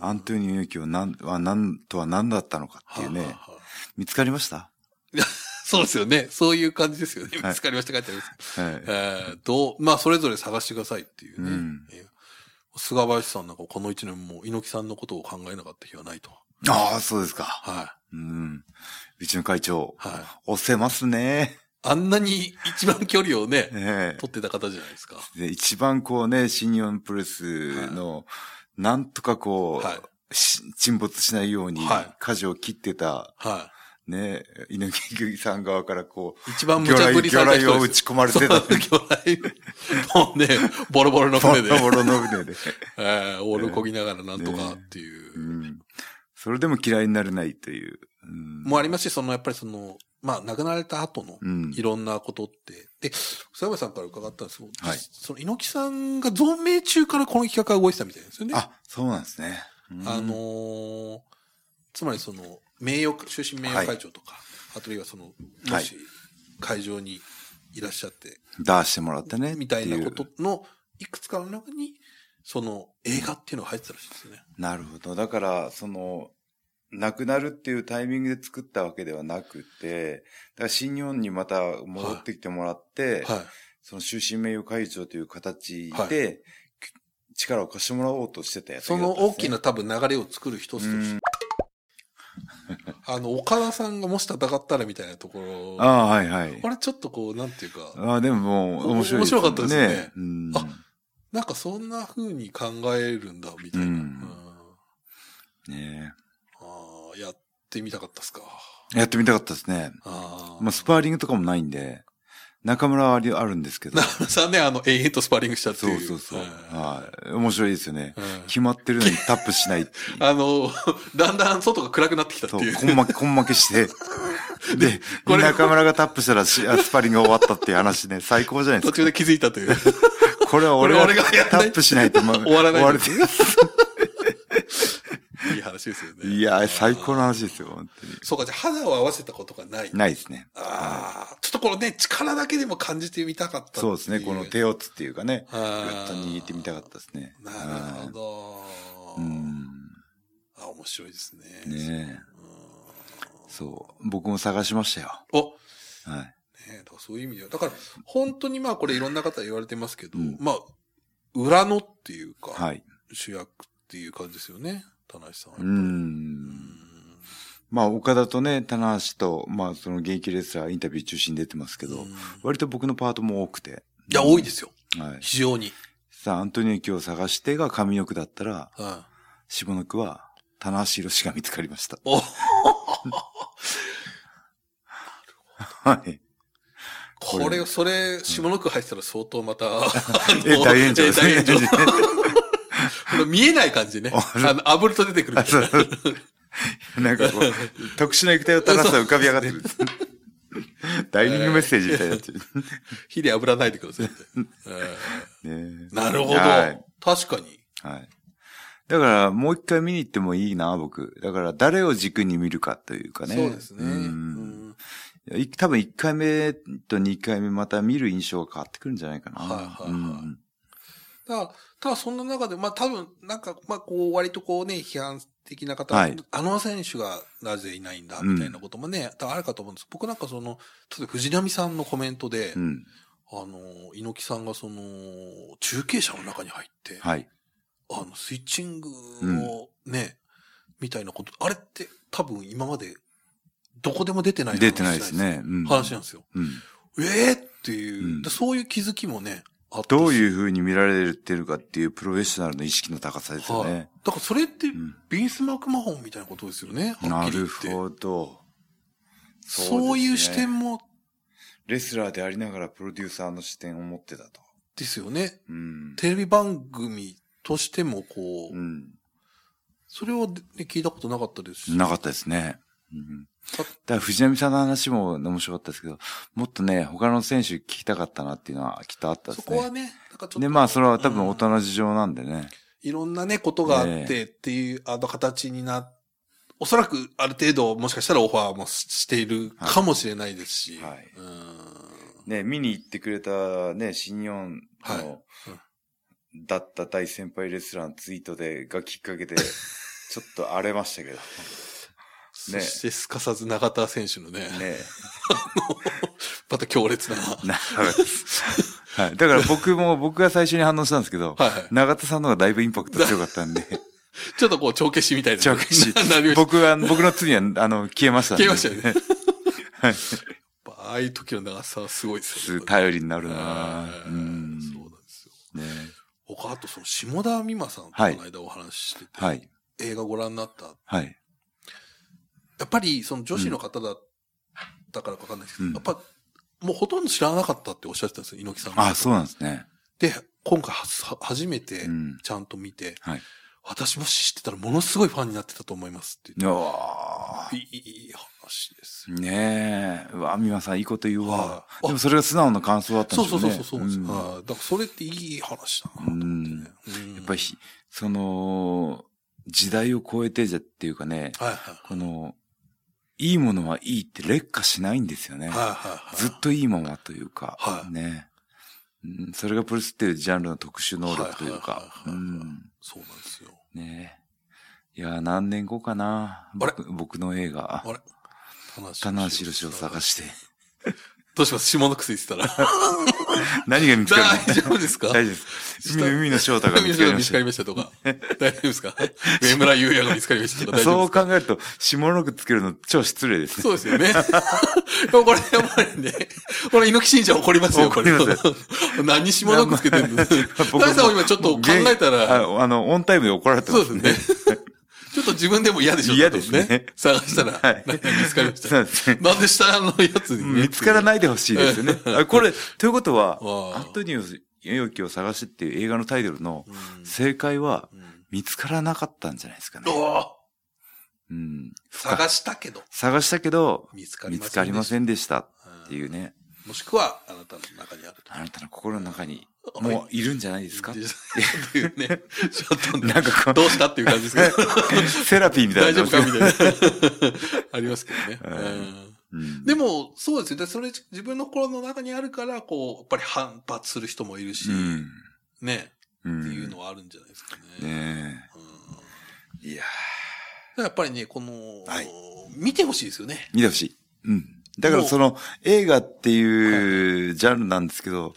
Speaker 1: アントニオ猪木をなんは何とは何だったのかっていう
Speaker 2: は
Speaker 1: ね
Speaker 2: あ。はあ
Speaker 1: 見つかりました
Speaker 2: そうですよね。そういう感じですよね。
Speaker 1: はい
Speaker 2: 見つかりましたって書いてあります。
Speaker 1: はい。
Speaker 2: えー、どう、まあそれぞれ探してくださいっていうね。
Speaker 1: うん
Speaker 2: えー菅林さんなんかこの一年も猪木さんのことを考えなかった日はないと。
Speaker 1: ああ、そうですか。
Speaker 2: は
Speaker 1: うん。うちの会長、
Speaker 2: い。はい。
Speaker 1: 押せますね。
Speaker 2: あんなに一番距離をね、
Speaker 1: ね
Speaker 2: 取ってた方じゃないですか。
Speaker 1: えで一番こうね、新日本プロレスの、なんとかこう、
Speaker 2: はい。
Speaker 1: し沈没しないように
Speaker 2: はい、
Speaker 1: 舵を切ってた、
Speaker 2: は
Speaker 1: ね、猪木さん側からこう、
Speaker 2: い。一番無
Speaker 1: 魚
Speaker 2: 茶ぶ
Speaker 1: 雷、
Speaker 2: り
Speaker 1: 魚
Speaker 2: された
Speaker 1: 雷
Speaker 2: 人
Speaker 1: を
Speaker 2: で
Speaker 1: 打
Speaker 2: す。
Speaker 1: ち込まれてたって。
Speaker 2: そう魚雷もうね、ボロボロの
Speaker 1: ボ
Speaker 2: 船 で、
Speaker 1: ロボロの船で。
Speaker 2: えー、オールこぎながらなんとかっていう。
Speaker 1: うん。それでも嫌いになれないという。うん。
Speaker 2: もありますし、その、やっぱりその、まあ、亡くなられた後の、
Speaker 1: うん
Speaker 2: い。ろんなことって。で、佐山さんから伺ったんですけど、
Speaker 1: はい
Speaker 2: その猪木さんが存命中からこの企画が動いてたみたいなんですよね。
Speaker 1: あ、そうなんですね。うん
Speaker 2: あの、ーつまりその、名誉、終身名誉会長とか、あとあるいはその、も
Speaker 1: はい
Speaker 2: し、会場にいらっしゃって、
Speaker 1: 出してもらってね。
Speaker 2: みたいな
Speaker 1: っ
Speaker 2: こ
Speaker 1: て
Speaker 2: との、いくつかの中に、その、映画っていうのが入ってたらしいですよね。
Speaker 1: う。なるほど。だから、その、亡くなるっていうタイミングで作ったわけではなくて、だから新日本にまた戻ってきてもらって、
Speaker 2: はい。
Speaker 1: その終身名誉会長という形で、
Speaker 2: はい
Speaker 1: き力を貸してもらおうとしてたやつ
Speaker 2: その大きな多分流れを作る一つとして、あの、岡田さんがもし戦ったらみたいなところ、あ
Speaker 1: ああー、はいはい。
Speaker 2: れちょっとこう、なんていうか、
Speaker 1: ああ、でももう、面白い、
Speaker 2: 面白かったですね
Speaker 1: うん
Speaker 2: あなんかそんな風に考えるんだ、みたいな。
Speaker 1: う
Speaker 2: うんん
Speaker 1: ね
Speaker 2: あーやってみたかったっすか。
Speaker 1: えやってみたかったですね。
Speaker 2: あー
Speaker 1: まあ、スパーリングとかもないんで、中村はありあるんですけど。
Speaker 2: 中村さんね、あの、永遠とスパーリングしちゃって
Speaker 1: そ
Speaker 2: いうう。
Speaker 1: そうそう。
Speaker 2: はい
Speaker 1: はい。面白いですよね。
Speaker 2: うん
Speaker 1: 決まってるのにタップし ないっていう
Speaker 2: あの、だんだん外が暗くなってきたって
Speaker 1: そう、
Speaker 2: いう。
Speaker 1: こんまけ、 こんまけ して。で、
Speaker 2: これ
Speaker 1: 中村がタップしたらしあスパリングが終わったっていう話ね、最高じゃないで
Speaker 2: 途
Speaker 1: すか。
Speaker 2: 中で気づいたという。
Speaker 1: これは 俺が
Speaker 2: これ俺がやんな
Speaker 1: タ
Speaker 2: い
Speaker 1: ップしないと、ま、
Speaker 2: 終わらない
Speaker 1: 終わる
Speaker 2: いい話ですよね。
Speaker 1: いや、最高の
Speaker 2: あー。
Speaker 1: 話ですよ、本当に。
Speaker 2: そうか、じゃあ肌を合わせたことがない。
Speaker 1: ないですね。
Speaker 2: ああ、ちょっとこのね、力だけでも感じてみたかったってい
Speaker 1: そうですね、この手をつっていうかね、
Speaker 2: あ
Speaker 1: ぐっ
Speaker 2: ー
Speaker 1: と握ってみたかったですね。
Speaker 2: なるほ
Speaker 1: は
Speaker 2: ど。
Speaker 1: いうん。
Speaker 2: あ、面白いですね。
Speaker 1: ねえ
Speaker 2: うん
Speaker 1: そう。僕も探しましたよ。
Speaker 2: お
Speaker 1: はい。
Speaker 2: ねえだからそういう意味では。だから、本当にまあこれいろんな方言われてますけど、
Speaker 1: うん
Speaker 2: まあ、裏のっていうか、
Speaker 1: はい。
Speaker 2: 主役っていう感じですよね、田無さんは
Speaker 1: う
Speaker 2: やっぱり。
Speaker 1: ん。まあ、岡田とね、棚橋と、まあ、その現役レスラーインタビュー中心に出てますけ
Speaker 2: う
Speaker 1: ど
Speaker 2: ん、い
Speaker 1: 割と僕のパートも多くて。
Speaker 2: や、多いですよ。
Speaker 1: はい。
Speaker 2: 非常に。
Speaker 1: さあ、アントニオキを探してが上の句だったら、
Speaker 2: うん
Speaker 1: 下の句は、棚橋宏が見つかりました。
Speaker 2: お
Speaker 1: はい。
Speaker 2: こ
Speaker 1: こ
Speaker 2: れ、
Speaker 1: れ
Speaker 2: それ、下の句入ってたら相当また、あの
Speaker 1: え、大炎上ですね。
Speaker 2: え大炎上 この見えない感じね。
Speaker 1: あそう
Speaker 2: あの、炙ると出てくるみたいな。
Speaker 1: なんかこう、特殊な液体を垂らすと浮かび上がってく る。ダイニングメッセージみたいになってる。
Speaker 2: 火で炙らないでください ね。
Speaker 1: ねえ
Speaker 2: なるほど
Speaker 1: はい。。
Speaker 2: 確かに。
Speaker 1: はい。だから、もう一回見に行ってもいいな、僕。だから、誰を軸に見るかというかね。
Speaker 2: そうですね。
Speaker 1: うん
Speaker 2: うん
Speaker 1: い多分1回目と2回目また見る印象が変わってくるんじゃないかな。
Speaker 2: はいはいはい
Speaker 1: うん
Speaker 2: ただ、ただそんな中で、まあ多分、なんか、まあこう、割とこうね、批判的な方、
Speaker 1: はい
Speaker 2: あの選手がなぜいないんだ、みたいなこともね、多分あるかと思うんです。僕なんかその、例えば藤波さんのコメントで、
Speaker 1: うん。
Speaker 2: あの、猪木さんがその、中継車の中に入って、
Speaker 1: はい。
Speaker 2: あの、スイッチングをね、みたいなこと、あれって多分今まで、どこでも出てない話
Speaker 1: 出てないですね。うん
Speaker 2: 話なんですよ。
Speaker 1: うん
Speaker 2: ええっていう、
Speaker 1: うん
Speaker 2: でそういう気づきもね、あったし
Speaker 1: どういう風に見られてるかっていうプロフェッショナルの意識の高さですよ
Speaker 2: は
Speaker 1: ね
Speaker 2: い。。だからそれって、
Speaker 1: ん
Speaker 2: ビンス・マクマホンみたいなことですよね。は
Speaker 1: な
Speaker 2: っきり言
Speaker 1: る
Speaker 2: って。
Speaker 1: ほど。
Speaker 2: そういう視
Speaker 1: そうですね
Speaker 2: 点も
Speaker 1: レスラーでありながらプロデューサーの視点を持ってたと。
Speaker 2: ですよね。
Speaker 1: うん。
Speaker 2: テレビ番組としてもこう、
Speaker 1: うん。
Speaker 2: それは、ね、聞いたことなかったですし。
Speaker 1: なかったですね。うん。
Speaker 2: あ
Speaker 1: だから藤波さんの話も面白かったですけど、もっとね、他の選手聞きたかったなっていうのはきっとあったで
Speaker 2: そ
Speaker 1: す
Speaker 2: こは
Speaker 1: ね。
Speaker 2: ね、なんかちょっと。
Speaker 1: で、まあ、それは多分大
Speaker 2: う
Speaker 1: 人
Speaker 2: ん
Speaker 1: の事情なんでね。
Speaker 2: いろんなね、ことがあっ
Speaker 1: ね
Speaker 2: てっていう、あの形にな、おそらくある程度もしかしたらオファーもししているかもしれないですし。
Speaker 1: はいはい
Speaker 2: うん
Speaker 1: ね、見に行ってくれたね、新日本の、
Speaker 2: はい
Speaker 1: だった大先輩レスラーのツイートで、がきっかけ で、ちょっと荒れましたけど、
Speaker 2: そしてすかさず永田選手のね、
Speaker 1: ね。
Speaker 2: また強烈な。
Speaker 1: なはい。だから僕も、僕が最初に反応したんですけど、
Speaker 2: はいはい。
Speaker 1: 永田さんの方がだいぶインパクト強かったんで、
Speaker 2: ちょっとこう、帳消しみたいな。
Speaker 1: 帳消し
Speaker 2: なるように
Speaker 1: 僕は、僕の罪は、あの、消えましたんで。
Speaker 2: 消えました よ
Speaker 1: ね。はい。
Speaker 2: やっぱああいう時の長さはすごいですよ
Speaker 1: す
Speaker 2: ね。
Speaker 1: 頼りになるな
Speaker 2: は
Speaker 1: うん。
Speaker 2: いそうなんですよ。
Speaker 1: ね。
Speaker 2: 他、あとその下田美馬さんとこ
Speaker 1: はい
Speaker 2: の間お話ししてて、
Speaker 1: はい。
Speaker 2: 映画ご覧になった。
Speaker 1: はい。
Speaker 2: やっぱりその女子の方だったからかわかんないですけど、
Speaker 1: うん
Speaker 2: やっぱもうほとんど知らなかったっておっしゃってたんですよ、猪木さんが
Speaker 1: あ、そうなんですね。
Speaker 2: で、今回はは初めて
Speaker 1: うん。
Speaker 2: ちゃんと見て、
Speaker 1: はい。
Speaker 2: 私も知ってたらものすごいファンになってたと思いますって言っ
Speaker 1: お
Speaker 2: て、いいいい話ですよ。
Speaker 1: ーねえ。うわ、美和さん、いいこと言うわ
Speaker 2: は。いあ
Speaker 1: でもそれが素直な感想だったん
Speaker 2: そう
Speaker 1: です
Speaker 2: そう
Speaker 1: よね。
Speaker 2: そうそうそうなんですよ、
Speaker 1: ん
Speaker 2: はいだからそれっていい話だなと思ってね。うん
Speaker 1: やっぱりひ、その、時代を超えてじゃっていうかね、
Speaker 2: はいはい
Speaker 1: この、いいものはいいって劣化しないんですよね。
Speaker 2: はいはいはい。
Speaker 1: ずっといいままというか、
Speaker 2: はい
Speaker 1: ね、うん。それがプロレスっていうジャンルの特殊能力という
Speaker 2: はい
Speaker 1: か、
Speaker 2: は
Speaker 1: う
Speaker 2: いはいはいはい
Speaker 1: ん。
Speaker 2: そうなんですよ。
Speaker 1: ねいや、何年後かな。
Speaker 2: あれ
Speaker 1: 僕僕の映画
Speaker 2: あ、れ
Speaker 1: 棚橋宏を探
Speaker 2: し。
Speaker 1: して。
Speaker 2: どうします下の癖言って たら。
Speaker 1: 何が見つかるの
Speaker 2: 大丈夫ですか
Speaker 1: 大丈夫です。
Speaker 2: 下
Speaker 1: 海海の翔太が見つかりま
Speaker 2: 見
Speaker 1: し
Speaker 2: つか
Speaker 1: た。
Speaker 2: りましたとか。大丈夫ですか上村優也が見つかりましたとか。大丈
Speaker 1: そ
Speaker 2: 夫
Speaker 1: う考えると、下の句つけるの超失礼ですね。
Speaker 2: そうですよね。でもこれ、やっぱりね、これ、猪木信者怒りますよ、これ
Speaker 1: 怒りま。
Speaker 2: 何下の句つけてるんです
Speaker 1: 僕も
Speaker 2: 大さんも今ちょっと考えたら、
Speaker 1: ああの、オンタイムで怒られてま
Speaker 2: そう
Speaker 1: す
Speaker 2: で
Speaker 1: ね。
Speaker 2: すね。ちょっと自分でも嫌でしょ
Speaker 1: 嫌ですね
Speaker 2: 多分探したら、
Speaker 1: はい
Speaker 2: 何が見つかりまし
Speaker 1: そう
Speaker 2: た。
Speaker 1: ですね。
Speaker 2: なんで下のやつにね
Speaker 1: 見つからないでほしいですよね。あこれ、ということは、
Speaker 2: わあ
Speaker 1: アントニオ猪木を探してっていう映画のタイトルの
Speaker 2: うん
Speaker 1: 正解は、
Speaker 2: うん
Speaker 1: 見つからなかったんじゃないですかね。
Speaker 2: おー
Speaker 1: うん、
Speaker 2: 探したけど、
Speaker 1: 探したけど、
Speaker 2: 見つかり
Speaker 1: 見
Speaker 2: ませんで
Speaker 1: つ
Speaker 2: した
Speaker 1: かりませんでしたっていううね、
Speaker 2: んもしくは、あなたの中にあると。
Speaker 1: あなたの心の中に
Speaker 2: あ
Speaker 1: もういるんじゃないで
Speaker 2: です
Speaker 1: か
Speaker 2: っていうね。 ちょっとね
Speaker 1: なんかこう
Speaker 2: どうしたっていう感じですけど。
Speaker 1: セラ ピーみた
Speaker 2: 大
Speaker 1: いな
Speaker 2: 丈
Speaker 1: の。
Speaker 2: 夫かみ たいな。ありますけどね。
Speaker 1: うん
Speaker 2: うん
Speaker 1: うん
Speaker 2: でも、そうですよ。でそれ自分の心の中にあるから、こう、やっぱり反発する人もいるし、ね、
Speaker 1: うん。
Speaker 2: ってい
Speaker 1: うん
Speaker 2: うのはあるんじゃないですかね。
Speaker 1: ね
Speaker 2: うん
Speaker 1: えいや
Speaker 2: やっぱりね、この、
Speaker 1: はい
Speaker 2: 見てほしいですよね。
Speaker 1: ー見てほしい。うん。だからその映画っていうジャンルなんですけど、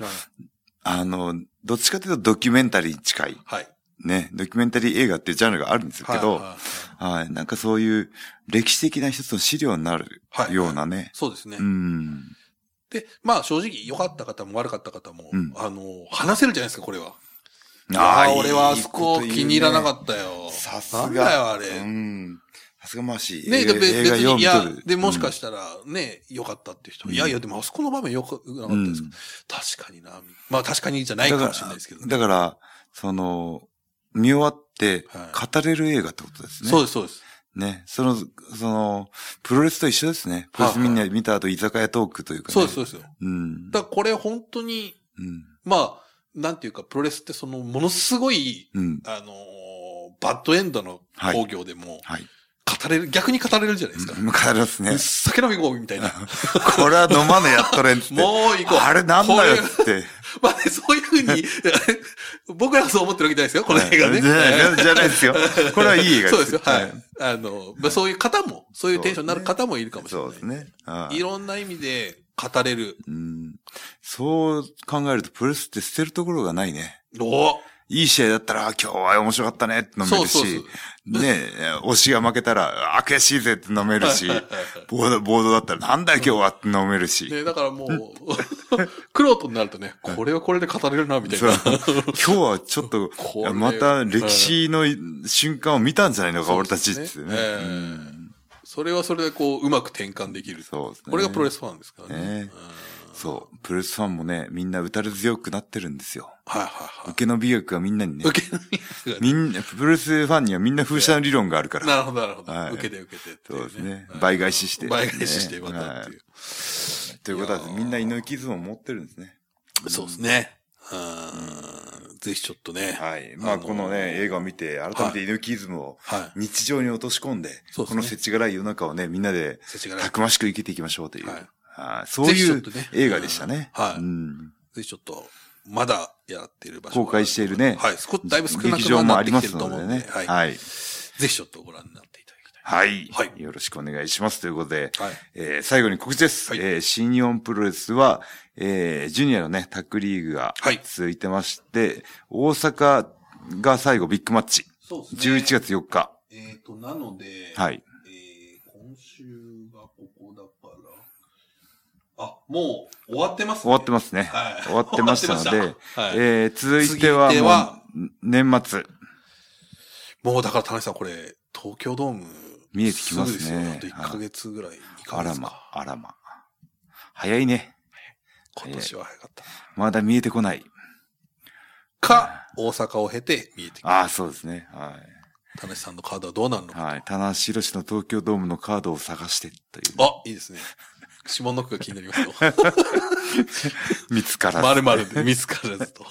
Speaker 1: あの、どっちかというとドキュメンタリーに近い。
Speaker 2: はい。
Speaker 1: ね。ドキュメンタリー映画っていうジャンルがあるんですけど、
Speaker 2: はいはいはい
Speaker 1: はい。なんかそういう歴史的な一つの資料になる
Speaker 2: はい
Speaker 1: ようなね。
Speaker 2: そうですね。
Speaker 1: うん。
Speaker 2: で、まあ正直良かった方も悪かった方も、
Speaker 1: うん
Speaker 2: あの、話せるじゃないですか、これは。
Speaker 1: ー
Speaker 2: ああ、
Speaker 1: いい
Speaker 2: 俺はあそ
Speaker 1: いい
Speaker 2: こ
Speaker 1: と言うね
Speaker 2: 気に入らなかったよ。
Speaker 1: さすが。
Speaker 2: なんだよ、あれ。
Speaker 1: うん。さすがマーシー。
Speaker 2: ねえ、で
Speaker 1: 映
Speaker 2: べ
Speaker 1: 画
Speaker 2: 別
Speaker 1: 映画よう
Speaker 2: に、い
Speaker 1: 見
Speaker 2: や
Speaker 1: とる、
Speaker 2: で、もしかしたら、ね、良かったっていう人、
Speaker 1: うん
Speaker 2: いやいや、でもあそこの場面良くなかった
Speaker 1: うん
Speaker 2: です、確かにな。まあ確かにじゃないかもしれないですけど、ね
Speaker 1: だから、その、見終わって
Speaker 2: は、い
Speaker 1: 語れる映画ってことですね。
Speaker 2: そうです、そうです。
Speaker 1: ね。その、その、プロレスと一緒ですね。プロレスみんな見た後、居酒屋トークというかね。
Speaker 2: そうです、そうですよ。
Speaker 1: うん。
Speaker 2: だからこれ本当に、
Speaker 1: うん。
Speaker 2: まあ、なんていうか、プロレスってその、ものすごい、
Speaker 1: うん。
Speaker 2: あのーバッドエンドの
Speaker 1: はい
Speaker 2: 工業でも、
Speaker 1: はい。
Speaker 2: 語れる、逆に語れるじゃないですか。
Speaker 1: うん語りますね。
Speaker 2: 酒飲み行こうみたいな。
Speaker 1: これは飲まねやっとれんっつって。
Speaker 2: もう行こう。
Speaker 1: あれなんだよ
Speaker 2: こういう
Speaker 1: っつって。
Speaker 2: まあね、そういうふうに、 僕らはそう思ってるわけじゃないですよ、この映画ね。
Speaker 1: じゃないじゃない ですよ。これはいい映画
Speaker 2: そうですよ、はい
Speaker 1: は。
Speaker 2: あの、まあ、そういう方も、そういうテンションになる方もいるかもしれな
Speaker 1: そ
Speaker 2: い。
Speaker 1: うですね。はい
Speaker 2: いろんな意味で語れる。
Speaker 1: うんそう考えると、プロレスって捨てるところがないね。
Speaker 2: お
Speaker 1: いい試合だったら、あ今日は面白かったねって飲め
Speaker 2: そう
Speaker 1: る
Speaker 2: そうそ
Speaker 1: し
Speaker 2: う、。
Speaker 1: ねえ、推しが負けたら、あ悔しいぜって飲めるし、ボード、ボードだったら、なんだよ今日はって飲めるし、
Speaker 2: ね、だからもう、 クロートになるとね、これはこれで語れるな、みたい
Speaker 1: そう
Speaker 2: な。
Speaker 1: 今日はちょっと
Speaker 2: これ、は
Speaker 1: また歴史の瞬間を見たんじゃないのか、
Speaker 2: そう
Speaker 1: 俺
Speaker 2: で
Speaker 1: たちっ
Speaker 2: す
Speaker 1: て
Speaker 2: ね
Speaker 1: ね。
Speaker 2: ええ
Speaker 1: うん
Speaker 2: それはそれでこう、うまく転換できる。
Speaker 1: そうですね。
Speaker 2: これがプロレスファンですからね。
Speaker 1: ね
Speaker 2: うん
Speaker 1: そう。プロレスファンもね、みんな打たれ強くなってるんですよ。
Speaker 2: はいはいはい。
Speaker 1: 受けの美学がみんなにね、
Speaker 2: 受け身がね
Speaker 1: みんな、プロレスファンにはみんな風車の理論があるから。
Speaker 2: なるほど、なるほど。
Speaker 1: はい
Speaker 2: 受けて受けてってい
Speaker 1: そうですね
Speaker 2: は。い
Speaker 1: 倍返しして、
Speaker 2: 倍返ししてまたっていう。
Speaker 1: はいということは、みんな猪木ズを持ってるんですね。
Speaker 2: そうですね。うん。ぜひちょっとね。はい。
Speaker 1: はい。まあ、
Speaker 2: あのー
Speaker 1: このね、映画を見て、改めて猪木ズムを日常に落とし込んで、
Speaker 2: そうで
Speaker 1: こ
Speaker 2: すね
Speaker 1: の世知辛い世の中をね、みんなで
Speaker 2: せちがら
Speaker 1: たくましく生きていきましょうという。
Speaker 2: はい
Speaker 1: はいそうい
Speaker 2: ぜひ
Speaker 1: う
Speaker 2: ちょっとね
Speaker 1: 映画でしたね。
Speaker 2: うんはい
Speaker 1: うん
Speaker 2: ぜひちょっと、まだやってる場所。
Speaker 1: 公開しているね
Speaker 2: はい。少だいぶ少なく
Speaker 1: 劇場も
Speaker 2: な
Speaker 1: あ
Speaker 2: っ
Speaker 1: り
Speaker 2: てき
Speaker 1: ま
Speaker 2: てる
Speaker 1: す
Speaker 2: と思う
Speaker 1: の
Speaker 2: ん
Speaker 1: で
Speaker 2: で
Speaker 1: ね。
Speaker 2: はい。
Speaker 1: はい。
Speaker 2: ぜひちょっとご覧になっていただきたい。
Speaker 1: はい。
Speaker 2: はい
Speaker 1: よろしくお願いします。ということで、
Speaker 2: はい。
Speaker 1: えー最後に告知です。
Speaker 2: はい
Speaker 1: えー新日本プロレスは、えージュニアのね、タックリーグが
Speaker 2: はい
Speaker 1: 続いてまして、大阪が最後ビッグマッチ。
Speaker 2: そうですね。
Speaker 1: 11。月4日。
Speaker 2: えっ、と、なので、
Speaker 1: はい。
Speaker 2: えー今週がここだから、あ、もう終わってますね。
Speaker 1: 終わってますね。
Speaker 2: はい。
Speaker 1: 終わってましたので
Speaker 2: 終わってましたはい
Speaker 1: えー続いては
Speaker 2: 続いては
Speaker 1: もう、年末。
Speaker 2: もうだから、田中さん、これ、東京ドーム、
Speaker 1: 見えてきますね
Speaker 2: ぐですよあと
Speaker 1: はい
Speaker 2: 1ヶ月ぐらい、2
Speaker 1: あ
Speaker 2: ヶ
Speaker 1: ら
Speaker 2: 月
Speaker 1: ま
Speaker 2: か。、
Speaker 1: あらま。早いね。
Speaker 2: 今年は早かったな。
Speaker 1: まだ見えてこない。
Speaker 2: か、大阪を経て見えてきた。
Speaker 1: ああ、そうですね。は
Speaker 2: 田中さんのカードはどうなるの
Speaker 1: い。
Speaker 2: か。
Speaker 1: はい。田中宏の東京ドームのカードを探してという。
Speaker 2: あ、いいですね。下の句が気になり ますよ。
Speaker 1: 見つからず
Speaker 2: まるまるで見つからずと。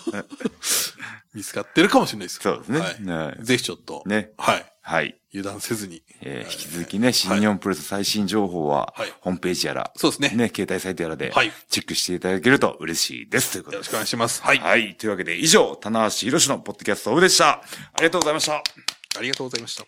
Speaker 2: 見つかってるかもしれないですけ
Speaker 1: そう
Speaker 2: ど
Speaker 1: ですね。
Speaker 2: はい
Speaker 1: は
Speaker 2: ぜひちょっと、
Speaker 1: い。ね。
Speaker 2: はい。
Speaker 1: はい。
Speaker 2: 油断せずに。
Speaker 1: えー引き続きね、新日本プロレス最新情報は、
Speaker 2: はい
Speaker 1: ホームページやら、
Speaker 2: そうですね。
Speaker 1: ね、携帯サイトやらで
Speaker 2: はい、
Speaker 1: チェックしていただけると嬉しいです。ということで
Speaker 2: よろ
Speaker 1: す。
Speaker 2: しくお願いします。はい。
Speaker 1: はい。というわけで、以上、棚橋宏のポッドキャストオブでした。ありがとうございました。
Speaker 2: ありがとうございました。